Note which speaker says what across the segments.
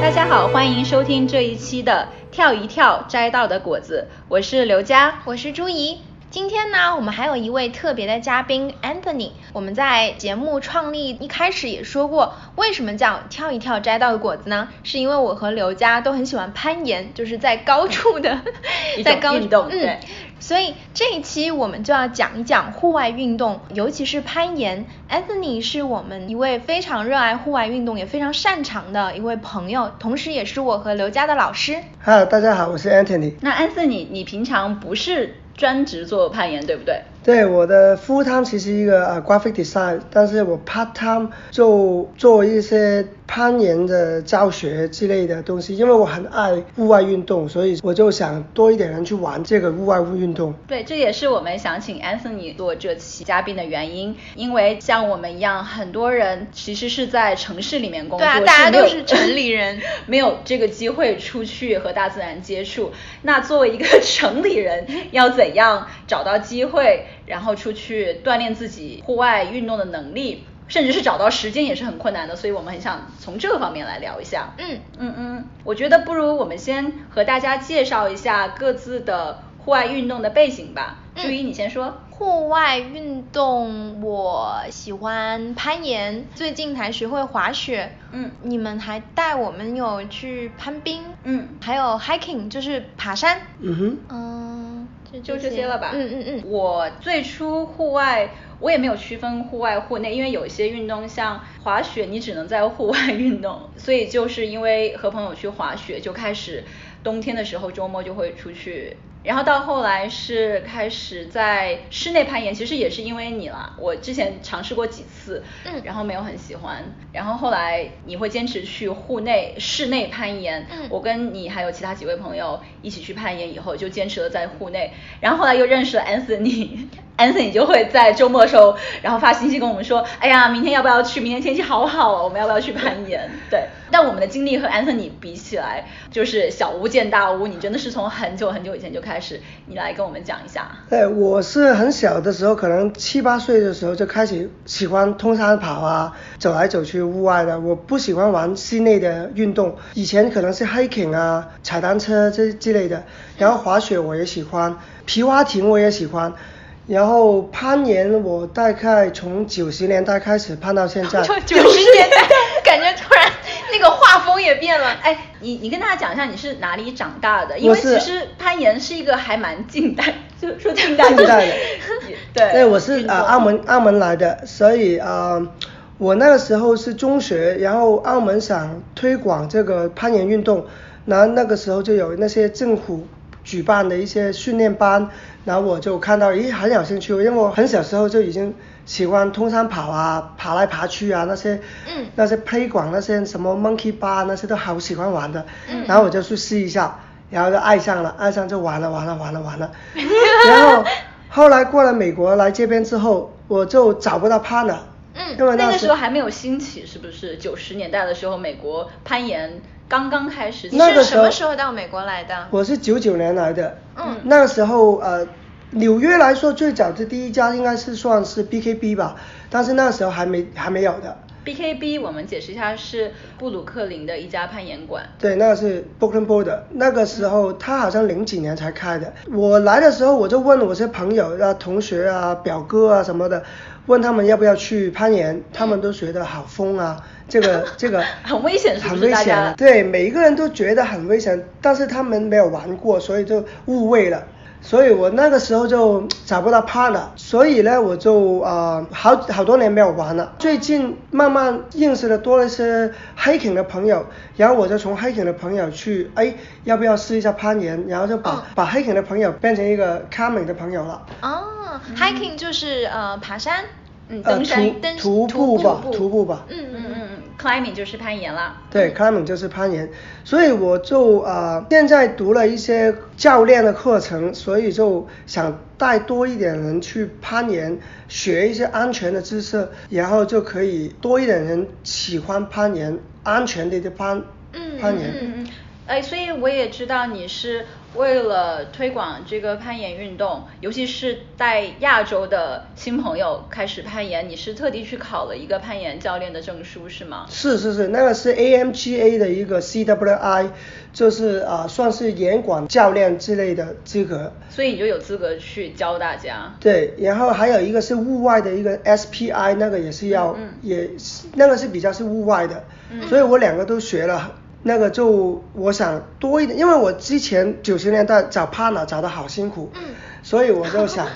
Speaker 1: 大家好，欢迎收听这一期的《跳一跳摘到的果子》，我是刘佳。
Speaker 2: 我是朱怡。今天呢，我们还有一位特别的嘉宾 Anthony。我们在节目创立一开始也说过，为什么叫跳一跳摘到的果子呢？是因为我和刘佳都很喜欢攀岩，就是在高处的
Speaker 1: 一，种
Speaker 2: 在高
Speaker 1: 运动对
Speaker 2: 嗯。所以这一期我们就要讲一讲户外运动，尤其是攀岩。Anthony 是我们一位非常热爱户外运动，也非常擅长的一位朋友，同时也是我和刘佳的老师。
Speaker 3: 嗨，大家好，我是 Anthony。
Speaker 1: 那安森你你平常不是专职做攀岩，对不对？
Speaker 3: 对，我的 full time 其实一个呃 graphic design，但是我 part time 就做一些攀岩的教学之类的东西，因为我很爱户外运动，所以我就想多一点人去玩这个户外运动。
Speaker 1: 对，这也是我们想请 Anthony 做这期嘉宾的原因，因为像我们一样，很多人其实是在城市里面工作，
Speaker 2: 对啊大家
Speaker 1: 没有
Speaker 2: 都是城里人，
Speaker 1: 没有这个机会出去和大自然接触。那作为一个 城里人，要怎样找到机会，然后出去锻炼自己户外运动的能力，甚至是找到时间也是很困难的，所以我们很想从这个方面来聊一下。
Speaker 2: 嗯，
Speaker 1: 嗯嗯，我觉得不如我们先和大家介绍一下各自的户外运动的背景吧。
Speaker 2: 嗯
Speaker 1: 朱一，你先说。
Speaker 2: 户外运动，我喜欢攀岩，最近才学会滑雪。
Speaker 1: 嗯
Speaker 2: 你们还带我们有去攀冰，
Speaker 1: 嗯
Speaker 2: 还有 hiking，就是爬山。
Speaker 3: 嗯哼，
Speaker 2: 嗯，
Speaker 1: 就这些了吧。
Speaker 2: 嗯嗯嗯，
Speaker 1: 我最初户外，我也没有区分户外户内，因为有一些运动像滑雪，你只能在户外运动，所以就是因为和朋友去滑雪，就开始冬天的时候周末就会出去。然后到后来是开始在室内攀岩，其实也是因为你啦。我之前尝试过几次，
Speaker 2: 嗯
Speaker 1: 然后没有很喜欢。然后后来你会坚持去户内、室内攀岩，
Speaker 2: 嗯
Speaker 1: 我跟你还有其他几位朋友一起去攀岩以后，就坚持了在户内，然后后来又认识了 Anthony，Anthony 就会在周末的时候，然后发信息跟我们说，哎呀，明天要不要去？明天天气好好哦，我们要不要去攀岩？对，但我们的经历和 Anthony 比起来，就是小巫见大巫，你真的是从很久很久以前就开始，你来跟我们讲一下。
Speaker 3: 对，哎我是很小的时候，可能七八岁的时候就开始喜欢通山跑啊，走来走去户外的。我不喜欢玩室内的运动，以前可能是 hiking 啊、踩单车这之类的，然后滑雪我也喜欢，皮划艇我也喜欢。然后攀岩，我大概从九十年代开始攀到现 在，
Speaker 2: 就九十年代，感 觉突然那个画风也变了。
Speaker 1: 哎，你你跟大家讲一下你是哪里长大的？因为
Speaker 3: 我是
Speaker 1: 其实攀岩是一个还蛮近代，就说近代就是
Speaker 3: 近代 的
Speaker 1: 对，
Speaker 3: 对，我是
Speaker 1: 运动
Speaker 3: 啊澳门澳门来的，所以啊、呃我那个时候是中学，然后澳门想推广这个攀岩运动，然后那个时候就有那些政府举办的一些训练班，然后我就看到，咦，很有兴趣，因为我很小时候就已经喜欢通山跑啊、爬来爬去啊那些，
Speaker 2: 嗯
Speaker 3: 那些推广那些什么 monkey bar 那些都好喜欢玩的，
Speaker 2: 嗯
Speaker 3: 然后我就去试一下，然后就爱上了，爱上就完了，完了，完了，完了， 然后后来过了美国来这边之后，我就找不到 partner，
Speaker 2: 嗯
Speaker 3: 因为
Speaker 1: 那个
Speaker 3: 时
Speaker 1: 时候还没有兴起，是不是？九十年代的时候，美国攀岩刚刚开始。
Speaker 3: 那个
Speaker 2: 是什
Speaker 3: 时候
Speaker 2: 么时候到美国来的？
Speaker 3: 我是九九年来的，
Speaker 2: 嗯
Speaker 3: 那时候呃，纽约来说最早的第一家应该是算是 BKB 吧，但是那时候还没还没有的，
Speaker 1: BKB，我们解释一下，是布鲁克林的一家攀岩馆。
Speaker 3: 对，那个是 Brooklyn b o r d e r 那个时候他好像零几年才开的。我来的时候我就问我些朋友啊、同学啊、表哥啊什么的，问他们要不要去攀岩，他们都觉得好疯啊，这个这个
Speaker 1: 很危险是不是
Speaker 3: 很危
Speaker 1: 大
Speaker 3: 险
Speaker 1: 家
Speaker 3: 啊。对，每一个人都觉得很危险，但是他们没有玩过，所以就误会了。所以我那个时候就找不到 partner，所以呢，我就啊、呃好好多年没有玩了。最近慢慢认识了多了一些 hiking 的朋友，然后我就从 hiking 的朋友去，哎，要不要试一下攀岩？然后就把、把 hiking 的朋友变成一个 coming 的朋友了。
Speaker 2: 哦，hiking 就是呃爬山。
Speaker 1: 嗯，
Speaker 3: 呃
Speaker 1: 登山、
Speaker 3: 徒
Speaker 1: 登
Speaker 3: 徒
Speaker 2: 徒
Speaker 3: 步吧
Speaker 2: 步，
Speaker 3: 徒步吧。
Speaker 2: 嗯
Speaker 1: 嗯
Speaker 2: 嗯
Speaker 1: 嗯
Speaker 2: 嗯。
Speaker 1: 嗯，climbing 就是攀岩啦。
Speaker 3: 对，climbing 就是攀岩，所以我就啊、呃现在读了一些教练的课程，所以就想带多一点人去攀岩，学一些安全的知识，然后就可以多一点人喜欢攀岩，安全的去攀，
Speaker 2: 嗯
Speaker 3: 攀
Speaker 1: 嗯嗯
Speaker 3: 岩。
Speaker 1: 嗯，哎，所以我也知道你是为了推广这个攀岩运动，尤其是带亚洲的新朋友开始攀岩，你是特地去考了一个攀岩教练的证书是吗？
Speaker 3: 是是是，那个是 AMGA 的一个 CWI，就是啊、算是严管教练之类的资格。
Speaker 1: 所以你就有资格去教大家。
Speaker 3: 对，然后还有一个是户外的一个 SPI，那个也是要，
Speaker 1: 嗯嗯
Speaker 3: 也是那个是比较是户外的，所以我两个都学了。那个就我想多一点，因为我之前九十年代找 partner 找的好辛苦，所以我就想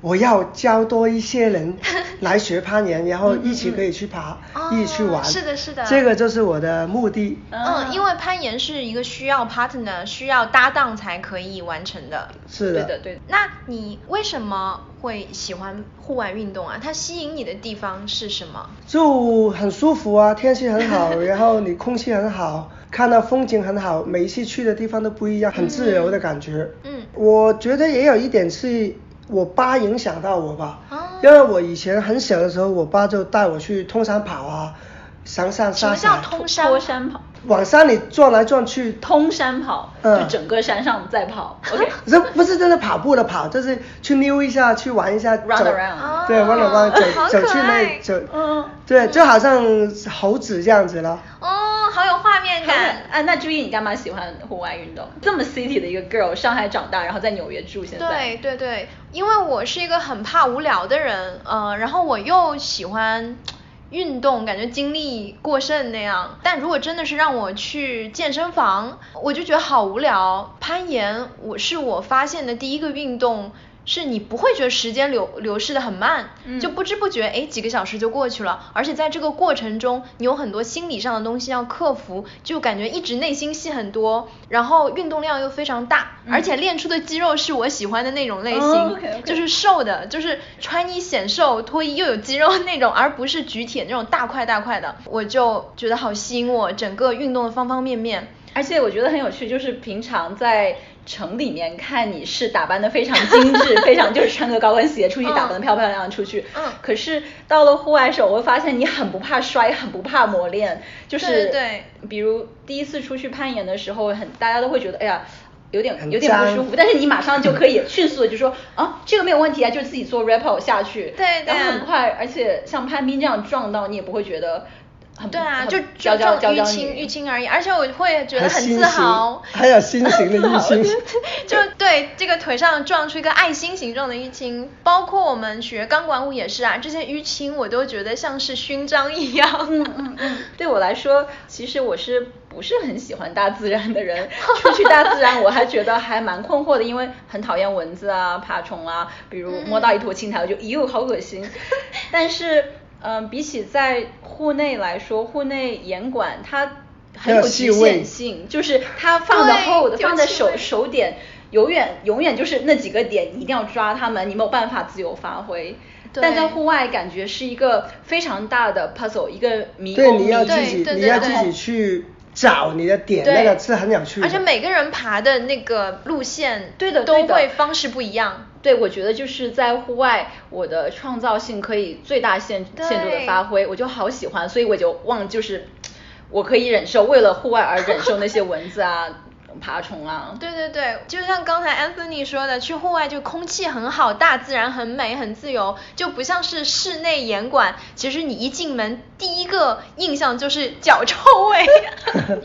Speaker 3: 我要教多一些人来学攀岩，然后一起可以去爬，
Speaker 2: 哦
Speaker 3: 一起去玩，
Speaker 2: 是的是的
Speaker 3: 这个就是我的目的。
Speaker 1: 啊
Speaker 2: 嗯，因为攀岩是一个需要 partner、需要搭档才可以完成的。
Speaker 3: 是
Speaker 1: 对
Speaker 3: 的，
Speaker 1: 的，对的。
Speaker 2: 那你为什么会喜欢户外运动啊？它吸引你的地方是什么？
Speaker 3: 就很舒服啊，天气很好， 然后你空气很好，看到风景很好，每一次去的地方都不一样，很自由的感觉。
Speaker 2: 嗯
Speaker 3: 我觉得也有一点是我爸影响到我吧，
Speaker 2: 哦
Speaker 3: 因为我以前很小的时候，我爸就带我去通山跑啊，上上
Speaker 2: 什
Speaker 3: 下
Speaker 2: 么叫
Speaker 3: 下，
Speaker 2: 通山？
Speaker 1: 脱山跑，
Speaker 3: 往山里转来转去，
Speaker 1: 通山跑，
Speaker 3: 嗯
Speaker 1: 就整个山上在 跑。OK，
Speaker 3: 这不是真的跑步的跑，就是去溜一下，去玩一下
Speaker 1: Run
Speaker 3: 走
Speaker 1: around
Speaker 2: 哦
Speaker 3: 对，run around，
Speaker 2: 好
Speaker 3: 走走
Speaker 2: 可
Speaker 3: 去
Speaker 2: 爱
Speaker 3: 那走，
Speaker 1: 嗯
Speaker 3: 对，就好像猴子这样子了。
Speaker 2: 哦，好有画面感。
Speaker 1: 啊，那朱毅，你干嘛喜欢户外运动？这么 city 的一个 girl，上海长大，然后在纽约住，现在。
Speaker 2: 对对对，因为我是一个很怕无聊的人，呃，然后我又喜欢运动，感觉精力过剩那样。但如果真的是让我去健身房，我就觉得好无聊。攀岩，我是我发现的第一个运动。是你不会觉得时间流流逝的很慢，
Speaker 1: 嗯
Speaker 2: 就不知不觉哎几个小时就过去了，而且在这个过程中，你有很多心理上的东西要克服，就感觉一直内心戏很多，然后运动量又非常大，而且练出的肌肉是我喜欢的那种类型，
Speaker 1: 嗯哦，OK，OK
Speaker 2: 就是瘦的，就是穿衣显瘦，脱衣又有肌肉那种，而不是举铁那种大块大块的，我就觉得好吸引我，整个运动的方方面面。
Speaker 1: 而且我觉得很有趣， 就是平常在城里面看你是打扮的非常精致， 非常就是穿个高跟鞋出去，
Speaker 2: 嗯
Speaker 1: 打扮的漂漂亮亮出去。
Speaker 2: 嗯
Speaker 1: 可是到了户外的时候，我会发现你很不怕摔，很不怕磨练，就是
Speaker 2: 对对
Speaker 1: 比如第一次出去攀岩的时候，很大家都会觉得，哎呀。有点
Speaker 3: 很
Speaker 1: 有点不
Speaker 3: 脏
Speaker 1: 舒服，但是你马上就可以迅速的就说啊，这个没有问题啊，就自己做 rappel 下去，
Speaker 2: 对对啊
Speaker 1: 然后很快，而且像攀冰这样撞到你也不会觉得很
Speaker 2: 对啊，
Speaker 1: 很
Speaker 2: 就
Speaker 1: 娇娇
Speaker 2: 就这
Speaker 1: 娇
Speaker 2: 种
Speaker 1: 娇
Speaker 2: 淤
Speaker 1: 女
Speaker 2: 青淤青而已，而且我会觉得
Speaker 3: 还
Speaker 2: 很
Speaker 3: 新
Speaker 2: 自
Speaker 3: 型
Speaker 2: 豪。
Speaker 3: 还有新型的淤青。
Speaker 2: 就对这个腿上撞出一个爱心形状的淤青，包括我们学钢管舞也是啊，这些淤青我都觉得像是勋章一样。嗯 嗯嗯，
Speaker 1: 对我来说，其实我是不是很喜欢大自然的人？ 出去大自然，我还觉得还蛮困惑的，因为很讨厌蚊子啊、爬虫啊，比如
Speaker 2: 嗯
Speaker 1: 摸到一坨青苔，我就哟好恶 心。但是，嗯、比起在户内来说，户内严管它很有
Speaker 3: 还有
Speaker 1: 局
Speaker 3: 气
Speaker 1: 限
Speaker 3: 味
Speaker 1: 性，就是它放的
Speaker 2: 对
Speaker 1: 厚的，
Speaker 2: 有
Speaker 1: 放的
Speaker 2: 气
Speaker 1: 手
Speaker 2: 味
Speaker 1: 手点。永远永远就是那几个点，你一定要抓它们，你没有办法自由发挥。但在
Speaker 2: 对
Speaker 1: 户外感觉是一个非常大的 puzzle，一个迷
Speaker 3: 对，
Speaker 1: 宫
Speaker 3: 你要
Speaker 1: 里
Speaker 3: 自己
Speaker 2: 对对，
Speaker 3: 你
Speaker 2: 对
Speaker 3: 要
Speaker 2: 对
Speaker 3: 自己去找你的点，
Speaker 2: 对
Speaker 3: 那个是很有趣的。
Speaker 2: 而且每个人爬的那个路线，
Speaker 1: 对的对
Speaker 2: 都
Speaker 1: 的
Speaker 2: 会方式不一样。
Speaker 1: 对，我觉得就是在户外，我的创造性可以最大限
Speaker 2: 对
Speaker 1: 限度的发挥，我就好喜欢，所以我就忘就是，我可以忍受为了户外而忍受那些蚊子啊、 爬虫啊。
Speaker 2: 对对对，就像刚才 Anthony 说的，去户外就空气很好，大自然很美，很自由，就不像是室内严管。其实你一进门，第一个印象就是脚臭味。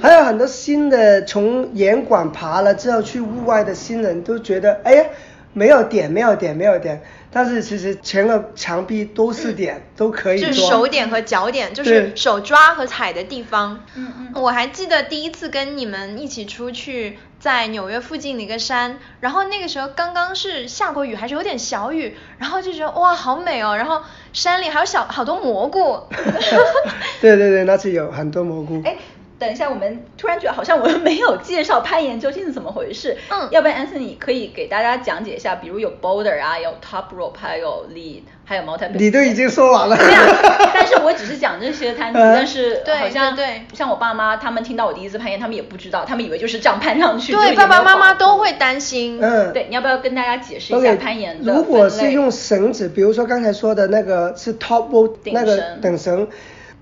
Speaker 3: 还有很多新的从岩馆爬了之后去户外的新人都觉得，哎呀，没有点，没有点，没有点。但是其实全个墙壁都是点，都可以
Speaker 2: 嗯就
Speaker 3: 装。
Speaker 2: 是手点和脚点，就
Speaker 3: 对
Speaker 2: 是手抓和踩的地方。
Speaker 1: 嗯嗯
Speaker 2: 我还记得第一次跟你们一起出去，在纽约附近的一个山，然后那个时候刚刚是下过雨，还是有点小雨，然后就觉得哇好美哦，然后山里还有小好多蘑 菇，
Speaker 3: 对对对，那次有很多蘑菇。
Speaker 1: 哎，等一下，我们突然觉得好像我们没有介绍攀岩究竟是怎么回事。
Speaker 2: 嗯
Speaker 1: 要不然 Anthony 可以给大家讲解一下，比如有 boulder 啊，有 top rope，还有 lead，还有 mountain。
Speaker 3: 你都已经说完了。
Speaker 1: 对啊，但是我只是讲这些单词，
Speaker 3: 嗯
Speaker 1: 但是
Speaker 2: 对
Speaker 1: 好像
Speaker 2: 对
Speaker 1: 像我爸妈他们听到我第一次攀岩，他们也不知道，他们以为就是这样攀上去。就也
Speaker 2: 对
Speaker 1: 没有
Speaker 2: 爸爸妈
Speaker 1: 保
Speaker 2: 妈
Speaker 1: 护
Speaker 2: 都会担心。
Speaker 3: 嗯，
Speaker 1: 对，你要不要跟大家解释一
Speaker 3: OK，
Speaker 1: 下攀岩的
Speaker 3: 如果
Speaker 1: 分类
Speaker 3: 是用绳子，比如说刚才说的那个是 top rope
Speaker 1: 顶
Speaker 3: 那个
Speaker 1: 绳
Speaker 3: 等绳，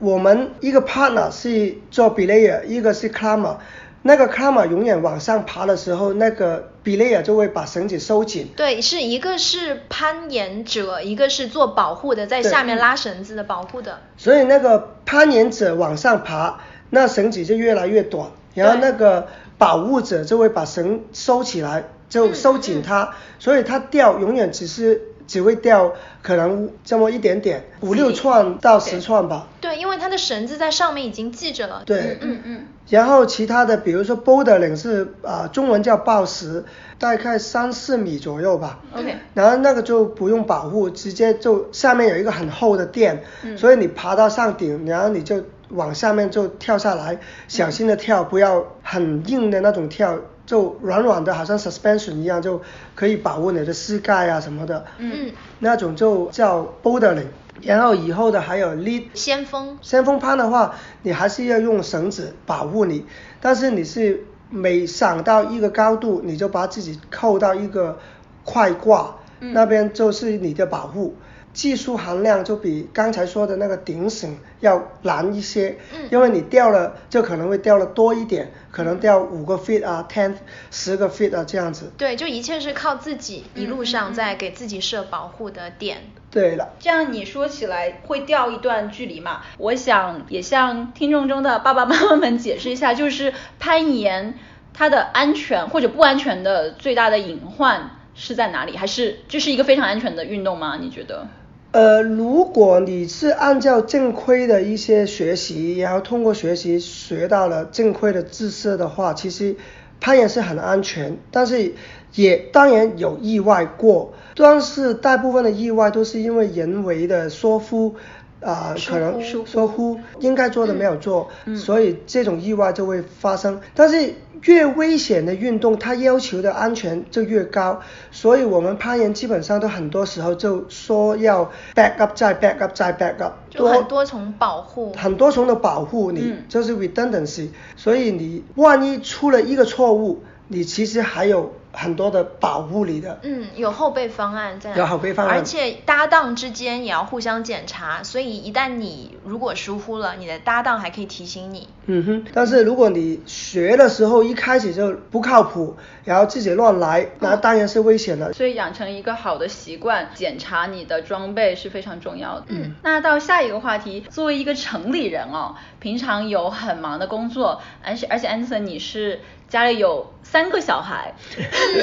Speaker 3: 我们一个 partner 是做 belayer，一个是 climber。那个 climber 永远往上爬的时候，那个 belayer 就会把绳子收紧。
Speaker 2: 对，是一个是攀岩者，一个是做保护的，在下面
Speaker 3: 对
Speaker 2: 拉绳子的保护的。
Speaker 3: 所以那个攀岩者往上爬，那绳子就越来越短，然后
Speaker 2: 对
Speaker 3: 那个保护者就会把绳收起来，就收紧它，所以它掉永远只是只会掉可能这么一点点，五六串到十串吧。
Speaker 2: 对，因为它的绳子在上面已经系着了。
Speaker 3: 对，
Speaker 1: 嗯嗯。
Speaker 3: 然后其他的，比如说 bouldering 是啊、中文叫抱石，大概三四米左右吧。
Speaker 1: OK
Speaker 2: 嗯
Speaker 3: 然后那个就不用保护，直接就下面有一个很厚的垫，
Speaker 1: 嗯
Speaker 3: 所以你爬到上顶，然后你就往下面就跳下来，小心的跳，不要很硬的那种跳，就软软的，好像 suspension 一样，就可以保护你的膝盖啊什么的。
Speaker 1: 嗯
Speaker 2: 嗯，
Speaker 3: 那种就叫 bouldering。然后以后的还有 lead
Speaker 2: 先锋。
Speaker 3: 先锋攀的话，你还是要用绳子保护你，但是你是每上到一个高度，你就把自己扣到一个快挂，
Speaker 1: 嗯
Speaker 3: 那边就是你的保护。技术含量就比刚才说的那个顶绳要难一些，
Speaker 2: 嗯
Speaker 3: 因为你掉了就可能会掉了多一点，可能掉五个 feet 啊，ten 十个 feet 啊这样子。
Speaker 2: 对，就一切是靠自己一路
Speaker 1: 嗯嗯
Speaker 2: 上
Speaker 1: 嗯
Speaker 2: 在给自己设保护的点。
Speaker 3: 对了，
Speaker 1: 这样你说起来会掉一段距离嘛？我想也向听众中的爸爸妈妈们解释一下，就是攀岩它的安全或者不安全的最大的隐患是在哪里？还是这是一个非常安全的运动吗？你觉得？
Speaker 3: 呃，如果你是按照正规的一些学习，然后通过学习学到了正规的知识的话，其实攀岩是很安全，但是也当然有意外过，但是大部分的意外都是因为人为的疏忽。啊、
Speaker 1: 疏
Speaker 3: 可能
Speaker 1: 忽疏忽
Speaker 3: 疏忽应该做的没有做，
Speaker 1: 嗯嗯
Speaker 3: 所以这种意外就会发生。但是越危险的运动，它要求的安全就越高，所以我们攀岩基本上都很多时候就说要 back up 再 back up 再 back up，
Speaker 2: 就很多重保护
Speaker 3: 很多重的保护你，
Speaker 1: 嗯
Speaker 3: 就是 redundancy。所以你万一出了一个错误，你其实还有很多的保护你的。
Speaker 2: 嗯，有后备方案在。
Speaker 3: 有后备方案
Speaker 2: 而且搭档之间也要互相检查，所以一旦你如果疏忽了，你的搭档还可以提醒你。
Speaker 3: 嗯哼，但是如果你学的时候一开始就不靠谱，然后自己乱来，那
Speaker 2: 嗯
Speaker 3: 当然是危险了。
Speaker 1: 所以养成一个好的习惯，检查你的装备是非常重要的。嗯，那到下一个话题，作为一个城里人哦，平常有很忙的工作，而且而且安森你是家里有三个小 孩，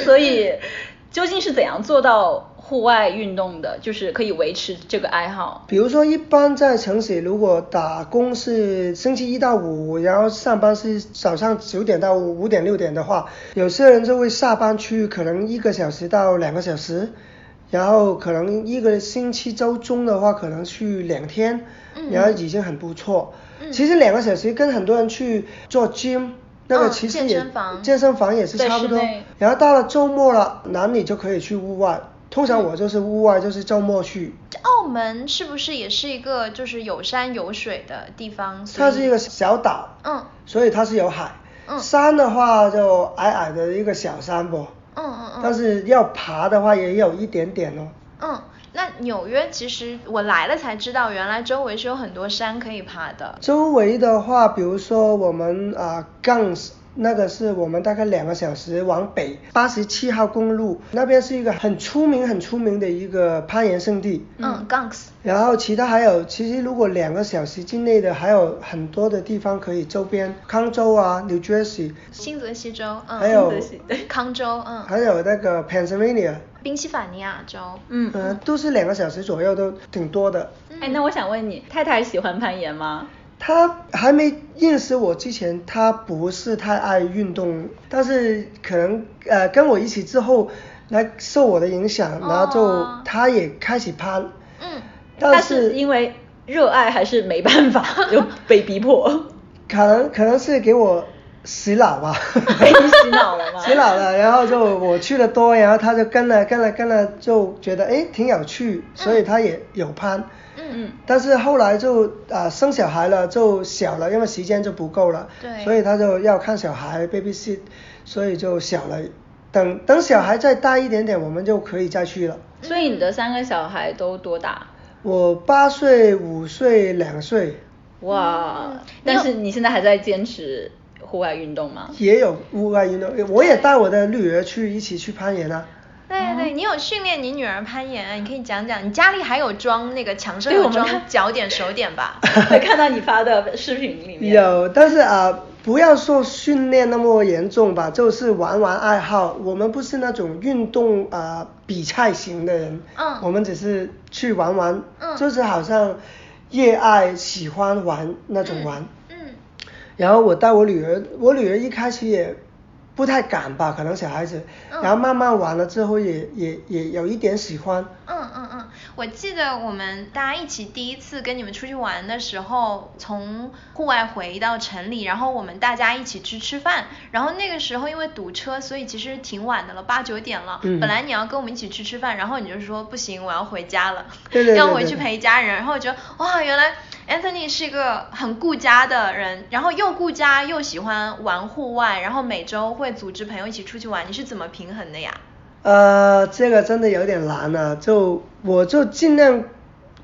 Speaker 1: 所以究竟是怎样做到户外运动的，就是可以维持这个爱
Speaker 2: 哦
Speaker 1: 好？
Speaker 3: 比如说，一般在城市，如果打工是星期一到五，然后上班是早上九点到五点六点的话，有些人就会下班去，可能一个小时到两个小时，然后可能一个星期周中的话，可能去两天，
Speaker 2: 嗯
Speaker 3: 然后已经很不错。
Speaker 2: 嗯
Speaker 3: 其实两个小时跟很多人去做 gym。那个
Speaker 2: 嗯
Speaker 3: 其实
Speaker 2: 健
Speaker 3: 也、
Speaker 2: 身房
Speaker 3: 健身房也是
Speaker 1: 在
Speaker 3: 差不
Speaker 1: 室
Speaker 3: 多
Speaker 1: 内，
Speaker 3: 然后到了周末了，男女就可以去户外。通常
Speaker 2: 嗯
Speaker 3: 我就是户外，就是周末去。
Speaker 2: 澳门是不是也是一个就是有山有水的地方？所
Speaker 3: 它
Speaker 2: 以
Speaker 3: 是一个小岛，
Speaker 2: 嗯
Speaker 3: 所以它是有海。
Speaker 2: 嗯
Speaker 3: 山的话就矮矮的一个小山坡，
Speaker 2: 嗯嗯嗯。
Speaker 3: 但是要爬的话也有一点点哦。
Speaker 2: 嗯，那纽约其实我来了才知道，原来周围是有很多山可以爬的。
Speaker 3: 周围的话，比如说我们啊、Guns 那个是我们大概两个小时往北，八十七号公路那边是一个很出名、很出名的一个攀岩圣地。
Speaker 2: 嗯 g u n s
Speaker 3: 然后其他还有，其实如果两个小时之内的，还有很多的地方可以周边，康州啊、New Jersey，
Speaker 2: 新泽西州，嗯，
Speaker 3: 还有
Speaker 1: 新泽西
Speaker 2: 康州，嗯，
Speaker 3: 还有那个 Pennsylvania，
Speaker 2: 宾夕法尼亚州，
Speaker 1: 嗯，
Speaker 3: 呃，都是两个小时左右，都挺多的。
Speaker 2: 嗯
Speaker 1: 哎，那我想问你，太太喜欢攀岩吗？
Speaker 3: 他还没认识我之前，他不是太爱运动，但是可能呃跟我一起之后，来受我的影响，
Speaker 2: 哦
Speaker 3: 然后就他也开始攀，
Speaker 2: 嗯，
Speaker 3: 但
Speaker 1: 是因为热爱还是没办 法，就被逼 迫。
Speaker 3: 可能可能是给我洗脑吧，
Speaker 1: 被你洗脑了吗？
Speaker 3: 洗脑了，然后就我去的多，然后他就跟了跟了跟了，就觉得诶挺有趣，所以他也有攀。
Speaker 1: 嗯
Speaker 3: 但是后来就啊、呃生小孩了，就小了，因为时间就不够了，
Speaker 2: 对
Speaker 3: 所以他就要看小孩 baby sit，所以就小了。等等小孩再大一点点，我们就可以再去了。
Speaker 1: 所以你的三个小孩都多大？
Speaker 3: 我八岁、五岁、两岁，
Speaker 1: 哇！但是你现在还在坚持户外运动吗？
Speaker 3: 也有户外运动，我也带我的女儿去一起去攀岩啊。
Speaker 2: 对
Speaker 1: 哦
Speaker 2: 对，你有训练你女儿攀岩啊？你可以讲讲，你家里还有装那个墙上
Speaker 1: 对
Speaker 2: 有
Speaker 1: 我们
Speaker 2: 装
Speaker 1: 看
Speaker 2: 脚点手 点吧？
Speaker 1: 会看到你发的视频里面。
Speaker 3: 有，但是啊、不要说训练那么严重吧，就是玩玩爱好。我们不是那种运动啊、比赛型的人，
Speaker 2: 嗯
Speaker 3: 我们只是去玩玩，
Speaker 2: 嗯
Speaker 3: 就是好像热爱、喜欢玩那种玩。
Speaker 2: 嗯
Speaker 3: 然后我带我女儿，我女儿一开始也不太敢吧，可能小孩子，
Speaker 2: 嗯
Speaker 3: 然后慢慢玩了之后也也也有一点喜欢。
Speaker 2: 嗯嗯嗯，我记得我们大家一起第一次跟你们出去玩的时候，从户外回到城里，然后我们大家一起去吃饭，然后那个时候因为堵车，所以其实挺晚的了，八九点了。
Speaker 3: 嗯
Speaker 2: 本来你要跟我们一起去吃饭，然后你就说不行，我要回家了，
Speaker 3: 对对对
Speaker 2: 要回去
Speaker 3: 对
Speaker 2: 陪家人。然后我觉得哇，原来 Anthony 是一个很顾家的人，然后又顾家又喜欢玩户外，然后每周会组织朋友一起出去玩，你是怎么平衡的呀？
Speaker 3: 呃，这个真的有点难啊，就我就尽量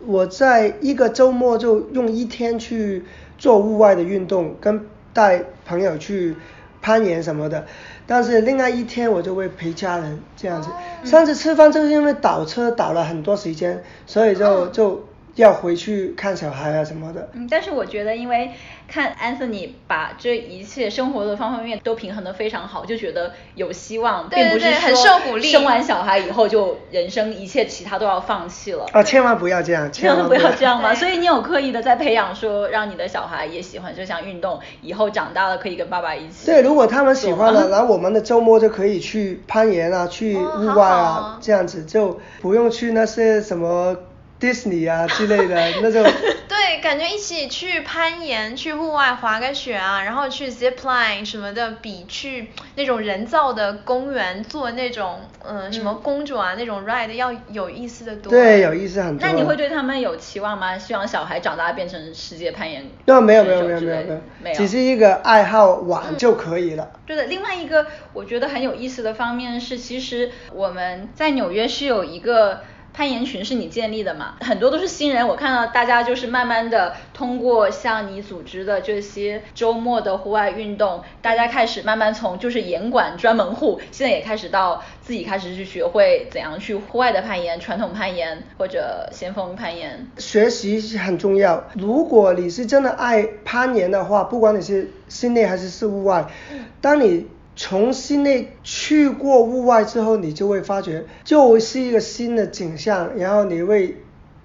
Speaker 3: 我在一个周末就用一天去做户外的运动，跟带朋友去攀岩什么的，但是另外一天我就会陪家人这样子。
Speaker 1: 哦
Speaker 3: 上次吃饭就是因为倒车倒了很多时间，所以就就要回去看小孩啊什么的。
Speaker 1: 哦嗯，但是我觉得，因为看安森尼把这一切生活的方方面面都平衡的非常好，就觉得有希望，
Speaker 2: 对对
Speaker 1: 并不是
Speaker 2: 对很
Speaker 1: 说
Speaker 2: 受鼓励
Speaker 1: 生完小孩以后就人生一切其他都要放弃 了。
Speaker 3: 啊，千万不要这样，千
Speaker 1: 千
Speaker 3: 万
Speaker 1: 万不要这样嘛！
Speaker 2: 对
Speaker 1: 所以你有刻意的在培养说，让你的小孩也喜欢这项运动，以后长大了可以跟爸爸一起。
Speaker 3: 对，如果他们喜欢了，然后我们的周末就可以去攀岩啊，去
Speaker 2: 哦
Speaker 3: 户
Speaker 2: 好
Speaker 3: 外
Speaker 2: 好
Speaker 3: 啊，
Speaker 2: 哦
Speaker 3: 这样子就不用去那些什么 Disney 啊之类的那种。
Speaker 2: 对，感觉一起去攀岩、去户外滑个雪啊，然后去 zip line 什么的，比去那种人造的公园做那种嗯、呃什么公主啊那种 ride 要有意思的多。
Speaker 3: 对，有意思很多。
Speaker 1: 那你会对他们有期望吗？希望小孩长大变成世界攀岩
Speaker 3: 那啊没有没有
Speaker 1: 选
Speaker 3: 没
Speaker 1: 手
Speaker 3: 有
Speaker 1: 之
Speaker 3: 没有
Speaker 1: 类的没有，
Speaker 3: 只是一个爱好玩就可以了。
Speaker 1: 对的，另外一个我觉得很有意思的方面是，其实我们在纽约是有一个。攀岩群是你建立的嘛？很多都是新人，我看到大家就是慢慢的通过像你组织的这些周末的户外运动，大家开始慢慢从就是岩馆专门户，现在也开始到自己开始去学会怎样去户外的攀岩、传统攀岩或者先锋攀岩。
Speaker 3: 学习很重要。如果你是真的爱攀岩的话，不管你是室内还是室外，当你从室内去过户外之后，你就会发觉就是一个新的景象，然后你会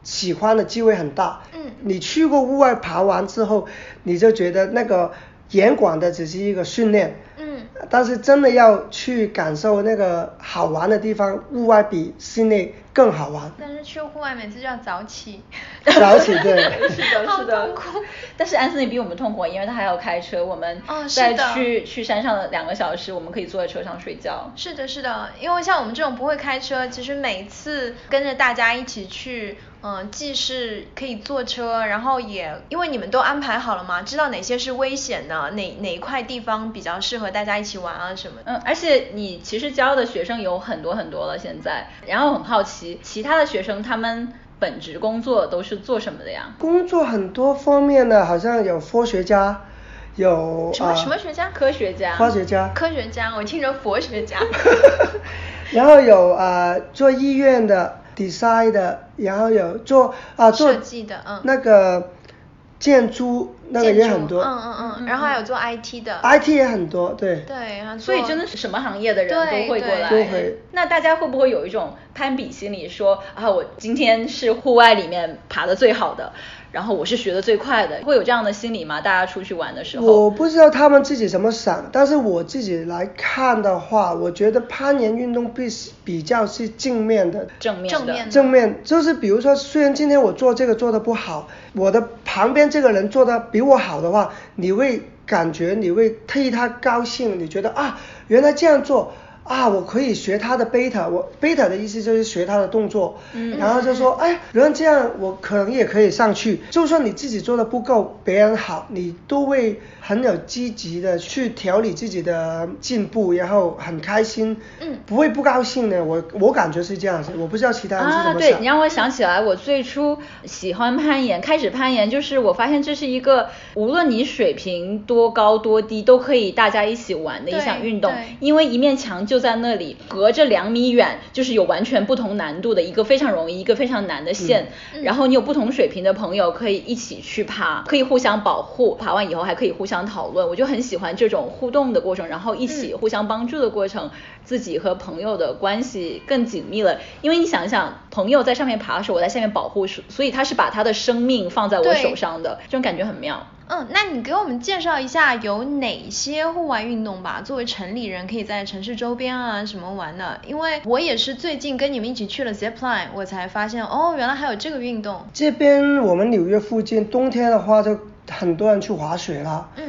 Speaker 3: 喜欢的机会很大。
Speaker 2: 嗯
Speaker 3: 你去过户外爬完之后，你就觉得那个岩馆的只是一个训练。
Speaker 2: 嗯，
Speaker 3: 但是真的要去感受那个好玩的地方，户外比室内更 好玩。
Speaker 2: 但是去户外每次就要早起。
Speaker 3: 早起对。
Speaker 1: 是的，
Speaker 2: 好
Speaker 1: 是的
Speaker 2: 痛苦。
Speaker 1: 但是安森也比我们痛苦，因为他还要开车。我们
Speaker 2: 哦是
Speaker 1: 在
Speaker 2: 的
Speaker 1: 去、去山上的两个小时，我们可以坐在车上睡觉。
Speaker 2: 是的，是的，因为像我们这种不会开车，其实每次跟着大家一起去，嗯、既是可以坐车，然后也因为你们都安排好了嘛，知道哪些是危险的，哪哪一块地方比较适合大家一起玩啊什么的。
Speaker 1: 嗯，而且你其实教的学生有很多很多了，现在。然后我很好奇，其他的学生他们本职工作都是做什么的呀？
Speaker 3: 工作很多方面的，好像有科学家，有
Speaker 2: 什么
Speaker 3: 呃
Speaker 2: 什么学家？
Speaker 1: 科学家。
Speaker 3: 科学家，
Speaker 2: 科学家，我听着佛学 家。
Speaker 3: 然后有呃做医院的 design 的，然后有做啊、做
Speaker 2: 设计的嗯
Speaker 3: 那个建筑那个
Speaker 2: 建
Speaker 3: 也
Speaker 2: 筑
Speaker 3: 很多，
Speaker 2: 嗯嗯嗯，然后还有做 IT 的。
Speaker 3: ，IT 也很多，对，
Speaker 2: 对，然后
Speaker 1: 所以
Speaker 2: 做
Speaker 1: 真的是什么行业的人
Speaker 2: 对
Speaker 1: 都会过
Speaker 2: 对
Speaker 1: 来。
Speaker 3: 都会
Speaker 1: 那大家会不会有一种攀比心理说，啊，我今天是户外里面爬的最好的，然后我是学的最快的，会有这样的心理吗？大家出去玩的时候？
Speaker 3: 我不知道他们自己怎么想，但是我自己来看的话，我觉得攀岩运动必须比较是镜面的，
Speaker 1: 正面的。
Speaker 2: 正面的
Speaker 3: 正面就是比如说，虽然今天我做这个做的不好，我的旁边这个人做的比我好的话，你会感觉你会替他高兴，你觉得啊，原来这样做啊，我可以学他的 beta，我 beta 的意思就是学他的动作，嗯，然后就说，哎，原来这样，我可能也可以上去。就算你自己做的不够别人好，你都会很有积极的去调理自己的进步，然后很开心，
Speaker 2: 嗯
Speaker 3: 不会不高兴的。我我感觉是这样子，我不知道其他人是怎
Speaker 1: 啊，
Speaker 3: 么
Speaker 1: 对
Speaker 3: 想。
Speaker 1: 你让我想起来，我最初喜欢攀岩，开始攀岩就是我发现这是一个无论你水平多高多低，都可以大家一起玩的一项
Speaker 2: 对
Speaker 1: 运动
Speaker 2: 对，
Speaker 1: 因为一面墙就在那里，隔着两米远就是有完全不同难度的一个非常容易，一个非常难的线，
Speaker 2: 嗯
Speaker 1: 然后你有不同水平的朋友可以一起去爬，可以互相保护，爬完以后还可以互相讨论，我就很喜欢这种互动的过程，然后一起
Speaker 2: 嗯
Speaker 1: 互相帮助的过程，自己和朋友的关系更紧密了。因为你想一想，朋友在上面爬的时候，我在下面保护，所以他是把他的生命放在我
Speaker 2: 对
Speaker 1: 手上的，这种感觉很妙。
Speaker 2: 嗯，那你给我们介绍一下有哪些户外运动吧？作为城里人，可以在城市周边啊什么玩的？因为我也是最近跟你们一起去了 zip line，我才发现哦，原来还有这个运动。
Speaker 3: 这边我们纽约附近冬天的话，就很多人去滑雪啦，
Speaker 2: 嗯，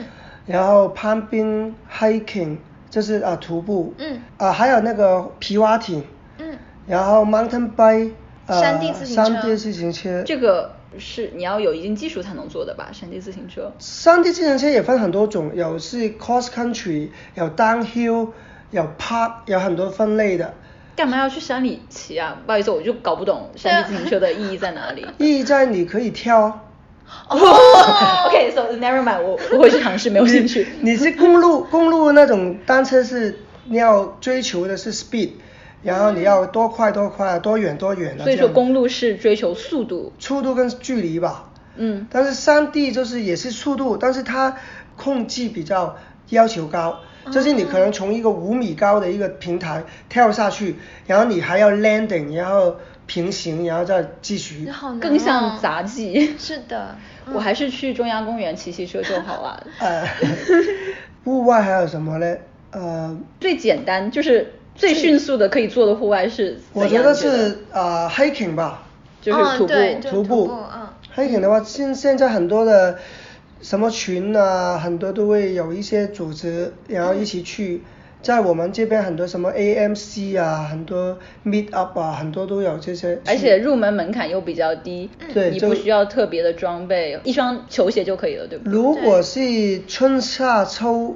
Speaker 3: 然后攀冰、hiking，就是啊、徒步，
Speaker 2: 嗯
Speaker 3: 啊、还有那个皮划艇，
Speaker 2: 嗯，
Speaker 3: 然后 mountain bike，呃，
Speaker 2: 山地自行车
Speaker 3: 山地自行车，
Speaker 1: 这个是你要有一定基础才能做的吧？山地自行车。
Speaker 3: 山地自行车也分很多种，有是 cross country，有 downhill，有 park，有很多分类的。
Speaker 1: 干嘛要去山里骑啊？不好意思，我就搞不懂山地自行车的意义在哪里。
Speaker 2: 嗯
Speaker 3: 意义在你可以跳，
Speaker 1: OK，so、never mind，我 不会去尝试，没有兴趣。
Speaker 3: 你是公路公路那种单车是你要追求的是 speed，然后你要多快多快，多远多远的。
Speaker 1: 所以
Speaker 3: 这
Speaker 1: 说
Speaker 3: 样
Speaker 1: 公路是追求速度，
Speaker 3: 速度跟距离吧。
Speaker 1: 嗯
Speaker 3: 但是山地就是也是速度，但是它控制比较要求高，就是你可能从一个五米高的一个平台跳下去，然后你还要 landing，然后平行，然后再继续
Speaker 2: 这。好难、哦。
Speaker 1: 更像杂技。
Speaker 2: 是的，嗯
Speaker 1: 我还是去中央公园骑骑车就好啊了。
Speaker 3: 呃，户外还有什么呢？呃，
Speaker 1: 最简单就是最迅速的可以做的户外是怎
Speaker 3: 我
Speaker 1: 样？
Speaker 3: 觉
Speaker 1: 你
Speaker 3: 得
Speaker 1: 觉得
Speaker 3: 是呃 hiking 吧，
Speaker 1: 就是徒步。
Speaker 2: 嗯对就徒
Speaker 3: 徒步
Speaker 2: 步嗯。
Speaker 3: hiking 的话，现现在很多的什么群啊，很多都会有一些组织，然后一起
Speaker 2: 嗯
Speaker 3: 去。在我们这边很多什么 AMC 啊，很多 Meet Up 啊，很多都有这些。
Speaker 1: 而且入门门槛又比较低，
Speaker 3: 嗯对
Speaker 1: 你
Speaker 3: 就
Speaker 1: 不需要特别的装备，一双球鞋就可以了，对不对？
Speaker 3: 如果是春夏秋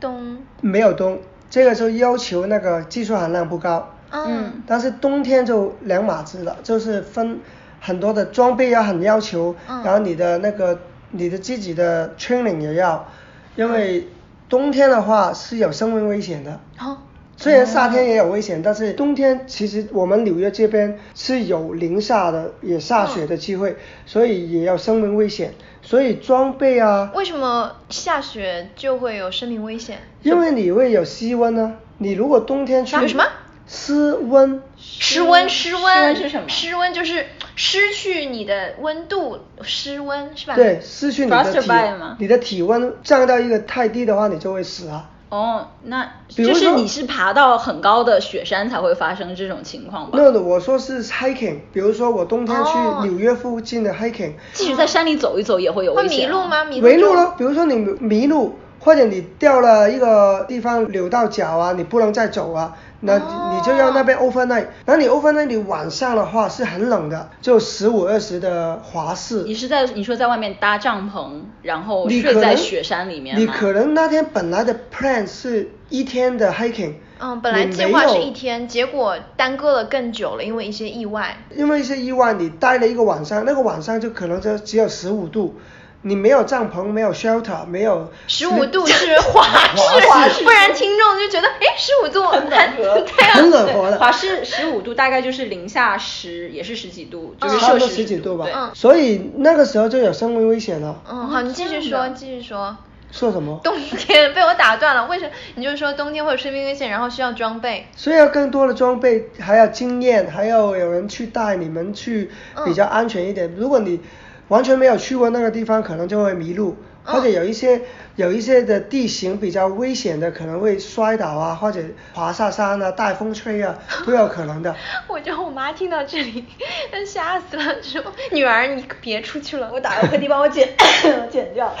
Speaker 2: 冬，
Speaker 3: 没有冬，这个就要求那个技术含量不高。
Speaker 1: 嗯
Speaker 2: 嗯，
Speaker 3: 但是冬天就两码子了，就是分很多的装备要很要求，
Speaker 2: 嗯
Speaker 3: 然后你的那个你的自己的 training 也要，因为冬天的话是有生命危险的。
Speaker 2: 好、
Speaker 3: 虽然夏天也有危险，但是冬天其实我们纽约这边是有零下的，也下雪的机
Speaker 2: 嗯
Speaker 3: 会，所以也有生命危险。所以装备啊，
Speaker 2: 为什么下雪就会有生命危险？
Speaker 3: 因为你会有湿温呢、你如果冬天去
Speaker 2: 有什么
Speaker 3: 湿温？
Speaker 2: 失温，
Speaker 1: 湿
Speaker 2: 失
Speaker 1: 嗯温
Speaker 2: 温
Speaker 1: 是什么
Speaker 2: 失温就是失去你的温度，失温是吧？
Speaker 3: 对，失去你的
Speaker 1: Frost
Speaker 3: 体
Speaker 1: bite 吗，
Speaker 3: 你的体温降到一个太低的话，你就会死啊。
Speaker 1: 哦，那
Speaker 3: 比如
Speaker 1: 就
Speaker 3: 说
Speaker 1: 是你是爬到很高的雪山才会发生这种情况吧？
Speaker 3: 那我说是 hiking，比如说我冬天
Speaker 2: 哦
Speaker 3: 去纽约附近的 hiking，、
Speaker 1: 即使在山里走一啊走也会有
Speaker 2: 会
Speaker 1: 危
Speaker 2: 迷
Speaker 1: 险、
Speaker 2: 路吗？？迷路
Speaker 3: 迷路
Speaker 2: 就
Speaker 3: 了，比如说你迷路，或者你掉了一个地方扭到脚啊，你不能再走啊，那
Speaker 2: 哦
Speaker 3: 你你就要那边 overnight，然后你 overnight 你晚上的话是很冷的，就十五二十的华氏。
Speaker 1: 你是在你说在外面搭帐篷，然后
Speaker 3: 你
Speaker 1: 睡
Speaker 3: 可
Speaker 1: 在
Speaker 3: 能
Speaker 1: 雪山里面吗？
Speaker 3: 你可能那天本来的 plan 是一天的 hiking，
Speaker 2: 嗯，本来
Speaker 3: 你
Speaker 2: 计
Speaker 3: 没
Speaker 2: 划是
Speaker 3: 有
Speaker 2: 一天，结果耽搁了更久了，因为一些意外。
Speaker 3: 因为一些意外，你待了一个晚上，那个晚上就可能就只有十五度，你没有帐篷，没有 shelter，没有
Speaker 2: 十五度是华
Speaker 1: 华
Speaker 2: 氏，
Speaker 1: 氏
Speaker 2: 不然听众就觉得，哎，十五度很
Speaker 1: 暖和
Speaker 2: 对 啊，
Speaker 3: 很暖和的，
Speaker 1: 华氏十五度，大概就是零下十，也是十几度，就是
Speaker 3: 差
Speaker 1: 摄
Speaker 3: 不多
Speaker 1: 氏
Speaker 3: 十几度吧。
Speaker 1: 对
Speaker 2: 嗯
Speaker 3: 所以那个时候就有生命危险了。
Speaker 2: 嗯，好，你继续
Speaker 1: 这样
Speaker 2: 说，
Speaker 1: 的
Speaker 2: 继续说。
Speaker 3: 说什么？
Speaker 2: 冬天被我打断了，为什么？你就说冬天会有生命危险，然后需要装备。
Speaker 3: 所以要更多的装备，还要经验，还要有人去带你们去
Speaker 2: 嗯
Speaker 3: 比较安全一点。如果你完全没有去过那个地方，可能就会迷路，
Speaker 2: 嗯
Speaker 3: 或者有一些有一些的地形比较危险的，可能会摔倒啊，或者滑下山啊，大风 吹啊，都有可能的。
Speaker 2: 我觉得我妈听到这里，她吓死了，说：“女儿，你可别出去了。”我打
Speaker 1: 打个喷嚏帮我剪 剪掉。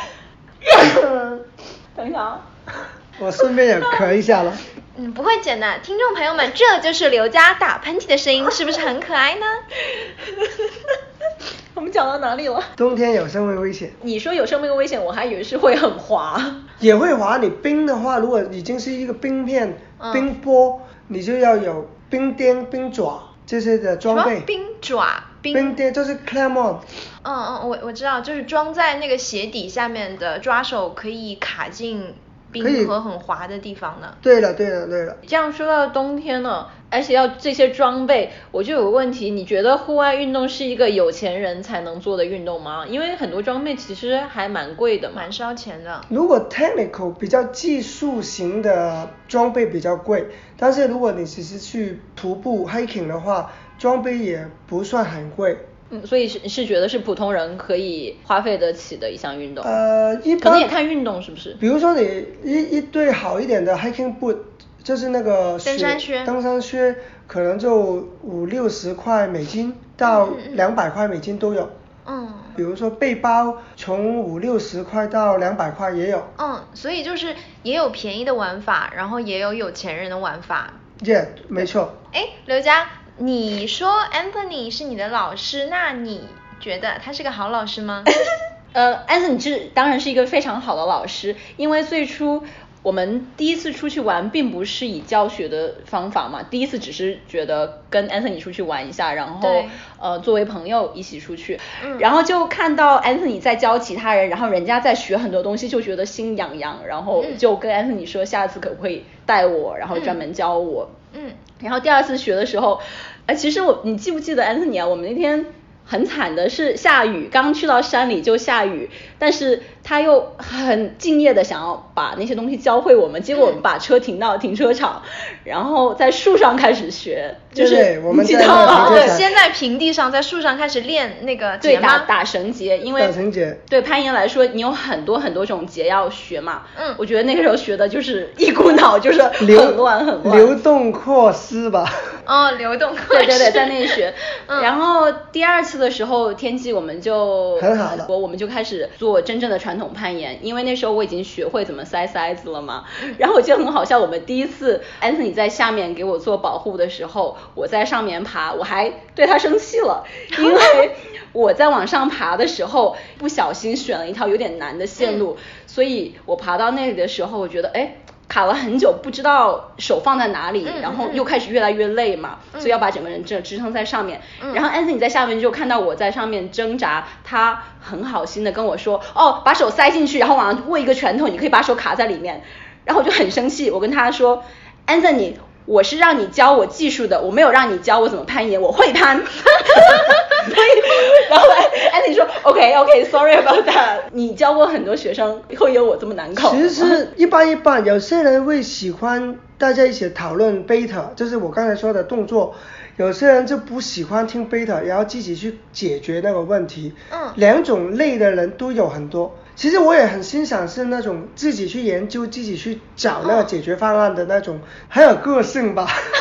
Speaker 1: 等一下啊，
Speaker 3: 我顺便也咳一下了。
Speaker 2: 嗯，不会剪的，听众朋友们，这就是刘佳打喷嚏的声音，是不是很可爱呢？
Speaker 1: 我们讲到哪里了？
Speaker 3: 冬天有生命危险，
Speaker 1: 你说有生命危险，我还以为是会很滑。
Speaker 3: 也会滑。你冰的话，如果已经是一个冰片、
Speaker 2: 嗯
Speaker 3: 冰波，你就要有冰钉、冰爪这些的
Speaker 2: 什
Speaker 3: 装
Speaker 2: 么
Speaker 3: 备。
Speaker 2: 冰爪冰？
Speaker 3: 冰钉就是 clamon，
Speaker 2: 嗯嗯，我我知道，就是装在那个鞋底下面的抓手可以卡进
Speaker 3: 可以
Speaker 2: 冰和很滑的地方的。
Speaker 3: 对了，对了，对了，
Speaker 1: 这样说到冬天呢，而且要这些装备，我就有个问题，你觉得户外运动是一个有钱人才能做的运动吗？因为很多装备其实还蛮贵的嘛
Speaker 2: 蛮。烧钱的。
Speaker 3: 如果 technical 比较技术型的装备比较贵，但是如果你只是去徒步 hiking 的话，装备也不算很贵。
Speaker 1: 嗯，所以是是觉得是普通人可以花费得起的一项运动。
Speaker 3: 呃，一
Speaker 1: 可
Speaker 3: 般
Speaker 1: 能也看运动是不是？
Speaker 3: 比如说你一一对好一点的 hiking boot，就是那个
Speaker 2: 登山靴
Speaker 3: 登山靴可能就五六十块美金到
Speaker 1: 嗯
Speaker 3: 两百块美金都有。
Speaker 2: 嗯
Speaker 3: 比如说背包从五六十块到两百块也有。
Speaker 1: 哦
Speaker 2: 嗯，所以就是也有便宜的玩法，然后也有有钱人的玩法。
Speaker 3: 耶、没错。
Speaker 2: 哎，刘佳，你说 Anthony 是你的老师，那你觉得他是个好老师吗？
Speaker 1: 呃，安森，你是当然是一个非常好的老师，因为最初我们第一次出去玩，并不是以教学的方法嘛，第一次只是觉得跟安森你出去玩一下，然后
Speaker 2: 对
Speaker 1: 呃作为朋友一起出去，
Speaker 2: 嗯
Speaker 1: 然后就看到安森你在教其他人，然后人家在学很多东西，就觉得心痒痒，然后
Speaker 2: 嗯
Speaker 1: 就跟安森你说下次可不可以带我，然后专门教我。
Speaker 2: 嗯，
Speaker 1: 然后第二次学的时候，哎，其实我你记不记得安东尼啊？我们那天很惨的是下雨，刚去到山里就下雨，但是他又很敬业的想要把那些东西教会我们，结果我们把车停到停车场，然后在树上开始学，就是
Speaker 3: 对我们
Speaker 1: 你记
Speaker 3: 在
Speaker 1: 得
Speaker 3: 那
Speaker 1: 吗？哦
Speaker 3: 停车
Speaker 1: 对
Speaker 3: 场
Speaker 2: 先在平地上，在树上开始练那个
Speaker 1: 对
Speaker 2: 结
Speaker 1: 打
Speaker 2: 吗？
Speaker 1: 打绳结，因为
Speaker 3: 打绳结
Speaker 1: 对攀岩来说，你有很多很多种结要学嘛。
Speaker 2: 嗯
Speaker 1: 我觉得那个时候学的就是一股脑，就是
Speaker 3: 流
Speaker 1: 很乱很乱。
Speaker 3: 流动扩丝吧。
Speaker 2: 哦，流动课
Speaker 1: 对对对，
Speaker 2: 是
Speaker 1: 在那里学。
Speaker 2: 嗯
Speaker 1: 然后第二次的时候天气我们就
Speaker 3: 很好了
Speaker 1: 我我们就开始做真正的传统攀岩，因为那时候我已经学会怎么塞塞子了嘛。然后我记得很好笑，我们第一次 Anthony 在下面给我做保护的时候，我在上面爬，我还对他生气 了，因为我在往上爬的时候不小心选了一条有点难的线路，
Speaker 2: 嗯
Speaker 1: 所以我爬到那里的时候，我觉得哎。卡了很久，不知道手放在哪里，
Speaker 2: 嗯
Speaker 1: 然后
Speaker 2: 嗯
Speaker 1: 又开始越来越累嘛，所以要把整个人支支撑在上面。
Speaker 2: 嗯
Speaker 1: 然后安森你在下面就看到我在上面挣扎，他很好心的跟我说，哦，把手塞进去，然后往上握一个拳头，你可以把手卡在里面。然后我就很生气，我跟他说，安森你，我是让你教我技术的，我没有让你教我怎么攀岩，我会 攀。所以，然后安安森说，OK OK，Sorry、about that。你教过很多学生，会有我这么难搞吗？
Speaker 3: 其实一般一般，有些人会喜欢大家一起讨论 beta，就是我刚才说的动作；有些人就不喜欢听 beta，然后自己去解决那个问题。
Speaker 2: 嗯
Speaker 3: 两种类的人都有很多。其实我也很欣赏是那种自己去研究、自己去找那个解决方案的那种，很有个性吧。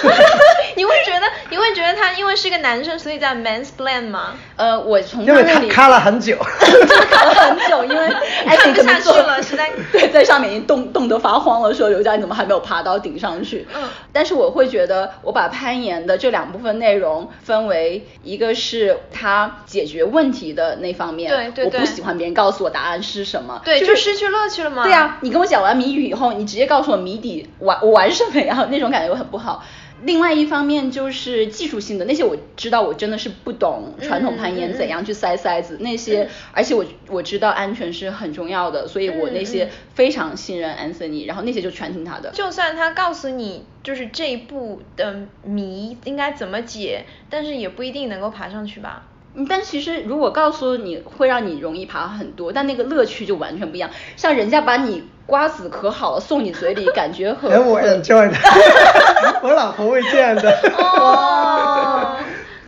Speaker 2: 你会觉得，你会觉得他因为是个男生，所以在 mansplain 吗？
Speaker 1: 呃，我从
Speaker 3: 因
Speaker 1: 他
Speaker 3: 为
Speaker 1: 那
Speaker 3: 他
Speaker 1: 里
Speaker 3: 卡了很久。
Speaker 1: 真的卡了很久，因 为哎
Speaker 2: 看
Speaker 1: 你
Speaker 2: 不
Speaker 1: 怎么
Speaker 2: 下去
Speaker 1: 做
Speaker 2: 了实在
Speaker 1: 对，在上面已经冻冻得发慌了，说刘佳你怎么还没有爬到顶上去？
Speaker 2: 嗯
Speaker 1: 但是我会觉得我把攀岩的这两部分内容分为一个是它解决问题的那方面，
Speaker 2: 对对对
Speaker 1: 我不喜欢别人告诉我答案是什么，
Speaker 2: 对，
Speaker 1: 就
Speaker 2: 就是失去乐趣了吗？
Speaker 1: 对啊，你跟我讲完谜语以后，你直接告诉我谜底玩我玩什么呀，那 种感觉很不好。另外一方面就是技术性的那些，我知道我真的是不懂传统攀
Speaker 2: 嗯嗯
Speaker 1: 岩
Speaker 2: 嗯
Speaker 1: 怎样去塞塞子、那些，而且我我知道安全是很重要的，所以我那
Speaker 2: 嗯
Speaker 1: 些
Speaker 2: 嗯
Speaker 1: 非常信任安森尼，然后那些就全听他的。
Speaker 2: 就算他告诉你就是这一步的谜应该怎么解，但是也不一定能够爬上去吧。
Speaker 1: 嗯，但其实如果告诉你会让你容易爬很多，但那个乐趣就完全不一样。像人家把你瓜子壳好了送你嘴里，感觉很
Speaker 3: 哎，我
Speaker 1: 很
Speaker 3: enjoy 的， 我老婆会这样的。
Speaker 2: 哦，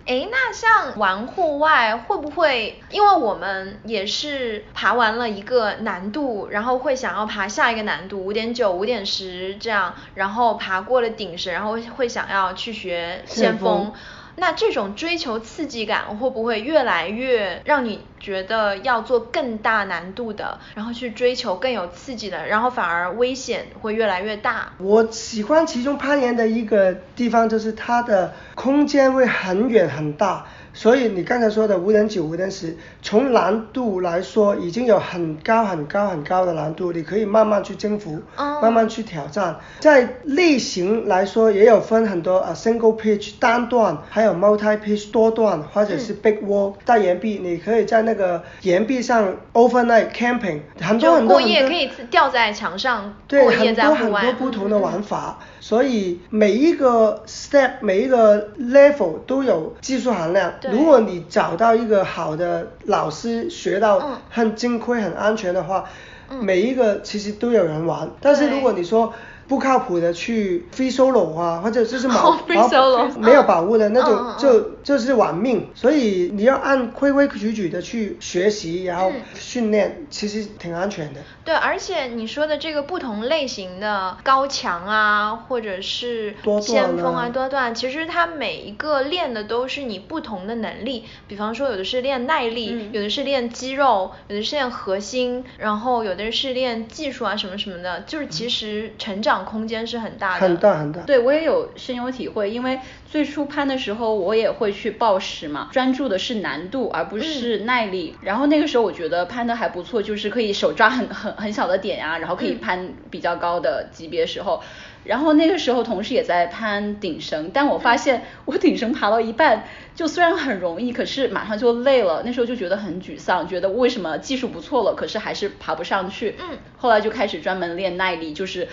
Speaker 2: 哎，那像玩户外会不会，因为我们也是爬完了一个难度，然后会想要爬下一个难度，五点九、五点十这样，然后爬过了顶绳，然后会想要去学先
Speaker 3: 先锋
Speaker 2: 锋。那这种追求刺激感会不会越来越让你觉得要做更大难度的，然后去追求更有刺激的，然后反而危险会越来越大。
Speaker 3: 我喜欢其中攀岩的一个地方就是它的空间会很远很大，所以你刚才说的无人九、无人十，从难度来说已经有很高很高很高的难度，你可以慢慢去征服，
Speaker 2: 哦
Speaker 3: 慢慢去挑战。在类型来说也有分很多啊，single pitch 单段，还有 multi pitch 多段，或者
Speaker 2: 嗯
Speaker 3: 是 big wall 大岩壁，你可以在那个岩壁上 overnight camping，很多
Speaker 2: 就
Speaker 3: 很
Speaker 2: 过
Speaker 3: 多很
Speaker 2: 夜
Speaker 3: 多
Speaker 2: 可以自吊在墙上，
Speaker 3: 对，
Speaker 2: 过夜
Speaker 3: 很
Speaker 2: 在
Speaker 3: 多
Speaker 2: 户
Speaker 3: 很
Speaker 2: 外。嗯
Speaker 3: 多不同的玩法，所以每一个 step 每一个 level 都有技术含量。
Speaker 2: 对
Speaker 3: 如果你找到一个好的老师，学
Speaker 2: 嗯
Speaker 3: 到很金亏、很安全的话，
Speaker 2: 嗯
Speaker 3: 每一个其实都有人玩。但是
Speaker 2: 对
Speaker 3: 如果你说不靠谱的去 free solo 啊，或 者就是毛
Speaker 2: 哦 free
Speaker 3: 毛
Speaker 2: solo
Speaker 3: 没有保护的那
Speaker 2: 嗯嗯
Speaker 3: 种
Speaker 2: 嗯，
Speaker 3: 就就是玩命。所以你要按规规矩矩的去学习，然后
Speaker 2: 嗯
Speaker 3: 训练，其实挺安全的。
Speaker 2: 对，而且你说的这个不同类型的高墙啊，或者是
Speaker 3: 多段
Speaker 2: 先锋
Speaker 3: 啊
Speaker 2: 多段，其实它每一个练的都是你不同的能力。比方说，有的是练耐力，
Speaker 1: 嗯
Speaker 2: 有的是练肌肉，有的是练核心，然后有的是练技术啊什么什么的。就是其实成长空间是很大的。
Speaker 3: 嗯很大很大。
Speaker 1: 对我也有深有体会，因为最初攀的时候，我也会去报时嘛，专注的是难度，而
Speaker 2: 嗯
Speaker 1: 不是耐力。然后那个时候我觉得攀的还不错，就是可以手抓很很很小的点啊，然后可以
Speaker 2: 嗯
Speaker 1: 攀比较高的级别时候。然后那个时候同时也在攀顶绳，但我发现我顶绳爬到一半，就虽然很容易，可是马上就累了。那时候就觉得很沮丧，觉得为什么技术不错了，可是还是爬不上去。
Speaker 2: 嗯
Speaker 1: 后来就开始专门练耐力，就是。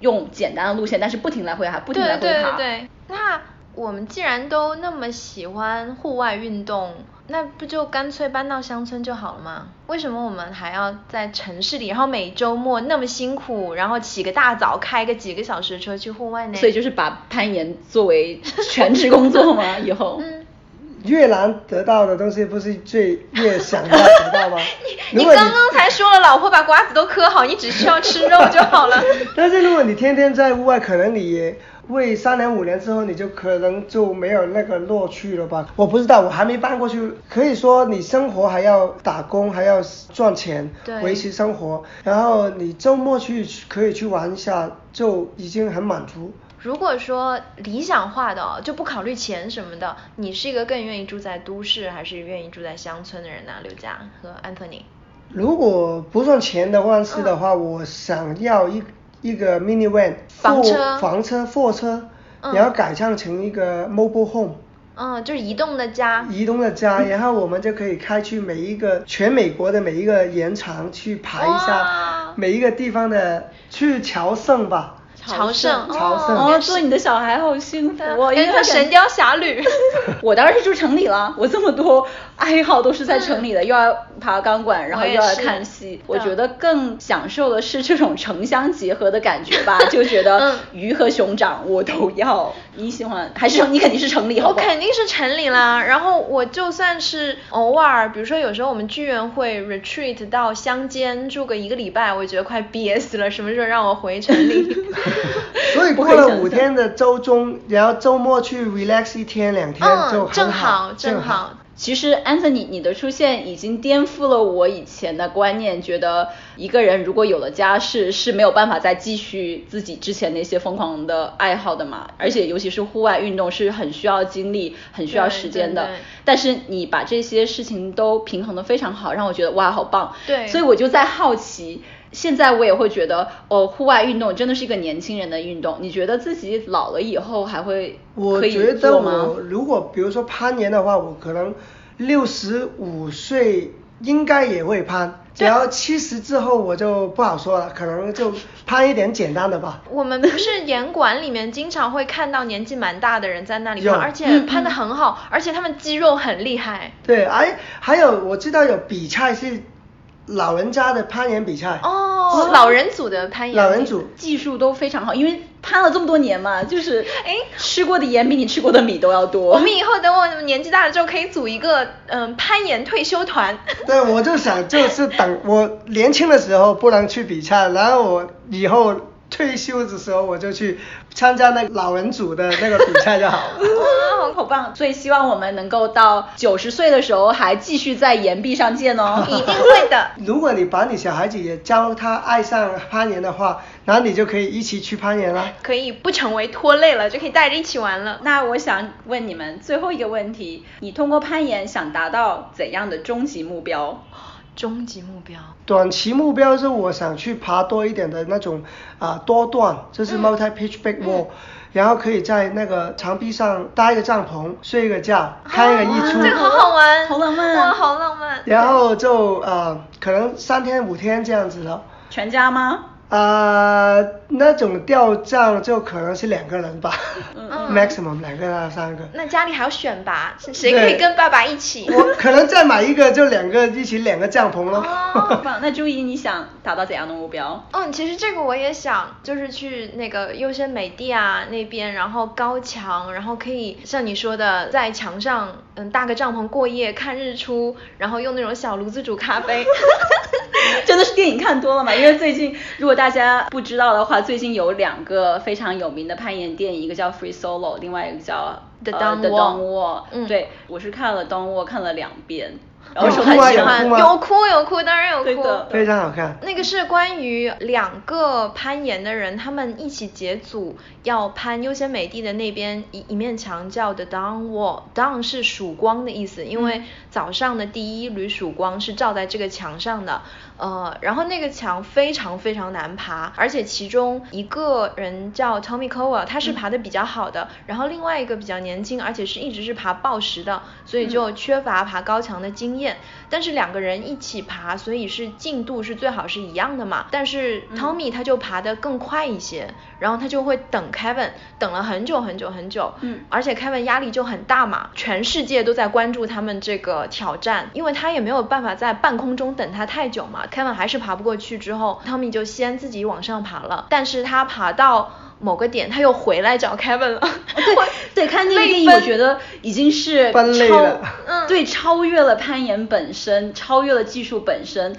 Speaker 1: 用简单的路线，但是不停来回爬，不停
Speaker 2: 对
Speaker 1: 来回
Speaker 2: 对
Speaker 1: 爬。
Speaker 2: 对，那我们既然都那么喜欢户外运动，那不就干脆搬到乡村就好了吗？为什么我们还要在城市里，然后每周末那么辛苦，然后起个大早，开个几个小时的车去户外呢？
Speaker 1: 所以就是把攀岩作为全职工作吗？以后？
Speaker 2: 嗯，？
Speaker 3: 越难得到的东西，不是最越想要得到吗
Speaker 2: 你
Speaker 3: 如果
Speaker 2: 刚刚才说了，老婆把瓜子都磕好，你只需要吃肉就 好了。
Speaker 3: 但是如果你天天在户外，可能你也为三年五年之后，你就可能就没有那个乐趣了吧？我不知道，我还没搬过去。可以说你生活还要打工，还要赚钱
Speaker 2: 对，
Speaker 3: 维持生活，然后你周末去可以去玩一下，就已经很满足。
Speaker 2: 如果说理想化的哦、就不考虑钱什么的，你是一个更愿意住在都市，还是愿意住在乡村的人呢、刘佳和安东尼。
Speaker 3: 如果不算钱的万事的话，
Speaker 2: 嗯
Speaker 3: 我想要一一个 minivan
Speaker 2: 房车
Speaker 3: 货房车、货车，
Speaker 2: 嗯
Speaker 3: 然后改造成一个 mobile home。
Speaker 2: 嗯，就是移动的家。
Speaker 3: 移动的家，
Speaker 2: 嗯
Speaker 3: 然后我们就可以开去每一个全美国的每一个盐场去爬一
Speaker 2: 哇
Speaker 3: 下，每一个地方的去朝 圣吧。
Speaker 2: 朝圣，
Speaker 3: 朝圣
Speaker 1: 哦，做你的小孩好幸福哦！因为
Speaker 2: 啊跟
Speaker 1: 他
Speaker 2: 他《神雕 侠侣》。
Speaker 1: 我当然是住城里了，我这么多爱好都是在城里的，又要爬钢管，然后
Speaker 2: 嗯我也
Speaker 1: 又要
Speaker 2: 是
Speaker 1: 看戏。我
Speaker 2: 对
Speaker 1: 觉得更享受的是这种城乡结合的感觉 吧，就觉
Speaker 2: 嗯
Speaker 1: 得鱼和熊掌我都要。你喜欢还是城你肯定是城里，好
Speaker 2: 我
Speaker 1: 不好？
Speaker 2: 肯定是城里啦，然后我就算是偶尔，比如说有时候我们剧院会 retreat 到乡间住个一个礼拜，我觉得快憋死了，什么时候让我回城里？
Speaker 3: 所以
Speaker 1: 不
Speaker 3: 过
Speaker 1: 可以
Speaker 3: 了
Speaker 1: 想
Speaker 3: 五
Speaker 1: 象
Speaker 3: 天的周中，然后周末去 relax 一天两 天就
Speaker 2: 嗯，
Speaker 3: 很
Speaker 2: 正好正
Speaker 3: 正
Speaker 2: 好。
Speaker 1: 其实安 n 尼，你的出现已经颠覆了我以前的观念，觉得一个人如果有了家室是没有办法再继续自己之前那些疯狂的爱好的嘛。而且尤其是户外运动是很需要精力、很需要
Speaker 2: 对
Speaker 1: 时间的
Speaker 2: 对对。
Speaker 1: 但是你把这些事情都平衡的非常好，让我觉得哇，好棒。
Speaker 2: 对
Speaker 1: 所以我就在好奇。现在我也会觉得，哦，户外运动真的是一个年轻人的运动。你觉得自己老了以后还会
Speaker 3: 我
Speaker 1: 可以
Speaker 3: 觉得
Speaker 1: 做吗
Speaker 3: 我如果比如说攀岩的话，我可能六十五岁应该也会攀，只要七十之后我就不好说了，可能就攀一点简单的吧。
Speaker 2: 我们不是严管里面经常会看到年纪蛮大的人在那里
Speaker 3: 有
Speaker 2: 攀，而且
Speaker 1: 嗯
Speaker 2: 攀得很好，而且他们肌肉很厉害。
Speaker 3: 对，哎，还有我知道有比赛是老人家的攀岩比赛，
Speaker 2: 哦，老人组的攀岩，
Speaker 3: 老人组
Speaker 1: 技术都非常好，因为攀了这么多年嘛，就是
Speaker 2: 哎
Speaker 1: 吃过的盐比你吃过的米都要
Speaker 2: 我
Speaker 1: 多。
Speaker 2: 们以后等我年纪大了之后，可以组一个嗯攀岩退休团。
Speaker 3: 对，我就想就是等我年轻的时候不能去比赛，然后我以后退休的时候我就去参加那个老人组的那个比赛就好 了。
Speaker 1: 哇，好棒！所以希望我们能够到九十岁的时候还继续在岩壁上见 哦。
Speaker 2: 一定会的。
Speaker 3: 如果你把你小孩子也教他爱上攀岩的话，那你就可以一起去攀岩啦。
Speaker 2: 可以不成为拖累了，就可以带着一起玩了。
Speaker 1: 那我想问你们最后一个问题：你通过攀岩想达到怎样的终极目标？
Speaker 2: 终极目标，
Speaker 3: 短期目标是我想去爬多一点的那种啊、多段，就是 multi pitch big wall，、然后可以在那个墙壁上搭一个帐篷，睡一个觉，看一个日出。
Speaker 2: 啊这个好好玩，
Speaker 1: 好浪漫
Speaker 3: 啊
Speaker 2: 哇，好浪漫。
Speaker 3: 然后就呃，可能三天五天这样子了。
Speaker 1: 全家吗？
Speaker 3: 啊，那种吊帐就可能是两个人吧、
Speaker 2: 嗯
Speaker 3: m a x i m u m 两个人啊三个。
Speaker 2: 那家里还要选拔，是谁可以
Speaker 3: 对
Speaker 2: 跟爸爸一起？
Speaker 3: 我可能再买一个，就两个一起两个帐篷咯。
Speaker 1: 好棒！那朱怡，你想达到怎样的目标？
Speaker 2: 嗯，其实这个我也想，就是去那个优胜美地啊那边，然后高墙，然后可以像你说的，在墙上嗯搭个帐篷过夜，看日出，然后用那种小炉子煮咖啡。
Speaker 1: 真的是电影看多了嘛？因为最近，如果大家不知道的话，最近有两个非常有名的攀岩电影，一个叫《Free Solo》，另外一个叫
Speaker 2: The
Speaker 1: 呃
Speaker 2: Dawn
Speaker 1: The
Speaker 2: Wall
Speaker 1: Dawn Wall
Speaker 2: 嗯
Speaker 1: 对，我是看了《Dawn Wall》看了两遍，然后
Speaker 2: 我
Speaker 1: 说
Speaker 3: 有哭啊
Speaker 1: 很喜
Speaker 3: 有
Speaker 1: 欢。
Speaker 3: 哭吗
Speaker 2: 有哭有哭，当然有
Speaker 1: 对
Speaker 2: 哭。
Speaker 1: 的
Speaker 3: 非常好看。
Speaker 2: 那个是关于两个攀岩的人，他们一起结组要攀优先美地的那边一一面墙叫 The Dawn Wall。Dawn 是曙光的意思，因为早上的第一缕曙光是照在这个墙上的。呃，然后那个墙非常非常难爬，而且其中一个人叫 Tommy Cowell，他
Speaker 1: 嗯
Speaker 2: 是爬的比较好的，然后另外一个比较年轻，而且是一直是爬抱石的，所以就缺乏爬高墙的经验。但是两个人一起爬，所以是进度是最好是一样的嘛。但是 Tommy 他就爬得更快一些，然后他就会等 Kevin，等了很久很久很久。
Speaker 1: 嗯
Speaker 2: 而且 Kevin 压力就很大嘛，全世界都在关注他们这个挑战，因为他也没有办法在半空中等他太久嘛。Kevin 还是爬不过去，之后 Tommy 就先自己往上爬了，但是他爬到。某个点，他又回来找 Kevin 了。
Speaker 1: 对 哦对，看那个电影，我觉得已经是超
Speaker 3: 分类了
Speaker 2: 嗯
Speaker 1: 对，超越了攀岩本身，超越了技术本身。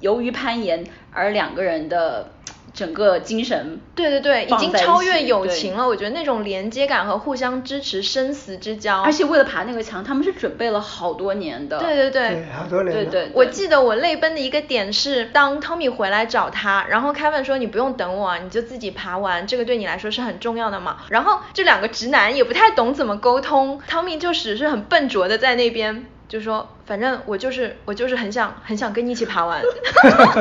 Speaker 1: 由于攀岩而两个人的整个精神，
Speaker 2: 对对对，已经
Speaker 1: 放在一
Speaker 2: 超越
Speaker 1: 起
Speaker 2: 友
Speaker 1: 对
Speaker 2: 情了。我觉得那种连接感和互相支持、生死之交，
Speaker 1: 而且为了爬那个墙，他们是准备了好多年的。
Speaker 2: 对对
Speaker 3: 对，好多年
Speaker 1: 对
Speaker 3: 了。
Speaker 1: 对，
Speaker 2: 我记得我泪奔的一个点是，当 Tommy 回来找他，然后 Kevin 说：“你不用等我啊，你就自己爬完，这个对你来说是很重要的嘛。”然后这两个直男也不太懂怎么沟通，Tommy 就只是很笨拙的在那边就说：“反正我就是我就是很想很想跟你一起爬 完。”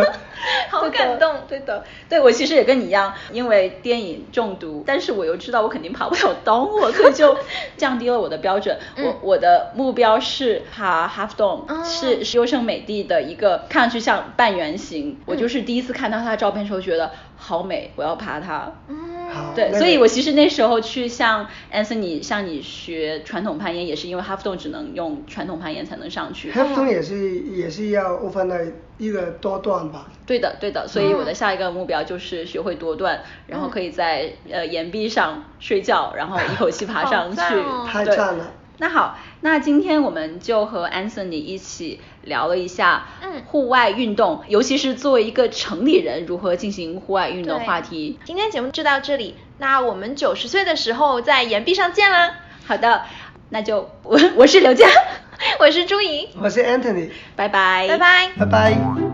Speaker 2: 好感动，
Speaker 1: 对的，对我其实也跟你一样，因为电影中毒，但是我又知道我肯定爬不了 Dome，wall，所以就降低了我的标准。
Speaker 2: 嗯
Speaker 1: 我我的目标是爬 Half Dome，、
Speaker 2: 哦
Speaker 1: 是是优胜美地的一个看上去像半圆形。
Speaker 2: 嗯
Speaker 1: 我就是第一次看到它的照片的时候觉得好美，我要爬它。
Speaker 2: 嗯
Speaker 3: 好
Speaker 1: 对，
Speaker 3: 那个
Speaker 1: 所以我其实那时候去向 Anthony 向你学传统攀岩，也是因为 Half Dome 只能用传统攀岩才能上 去。
Speaker 3: 黑风也是也是要 open 到一个多段吧。
Speaker 1: 对的，对的，所
Speaker 2: 嗯
Speaker 1: 以我的下一个目标就是学会多段，然后可以在呃岩壁上睡觉，然后一口气爬上
Speaker 2: 好
Speaker 1: 去
Speaker 2: 赞哦，
Speaker 3: 太
Speaker 1: 对
Speaker 3: 赞了。
Speaker 1: 那好，那今天我们就和 Anthony 一起聊了一下，
Speaker 2: 嗯
Speaker 1: 户外运动，尤其是作为一个城里人如何进行户外运动
Speaker 2: 对
Speaker 1: 话题。
Speaker 2: 今天节目就到这里，那我们九十岁的时候在岩壁上见啦！
Speaker 1: 好的，那就我我是刘佳，
Speaker 2: 我是朱怡，
Speaker 3: 我是 Anthony，
Speaker 1: 拜拜，
Speaker 2: 拜拜。
Speaker 3: 拜拜。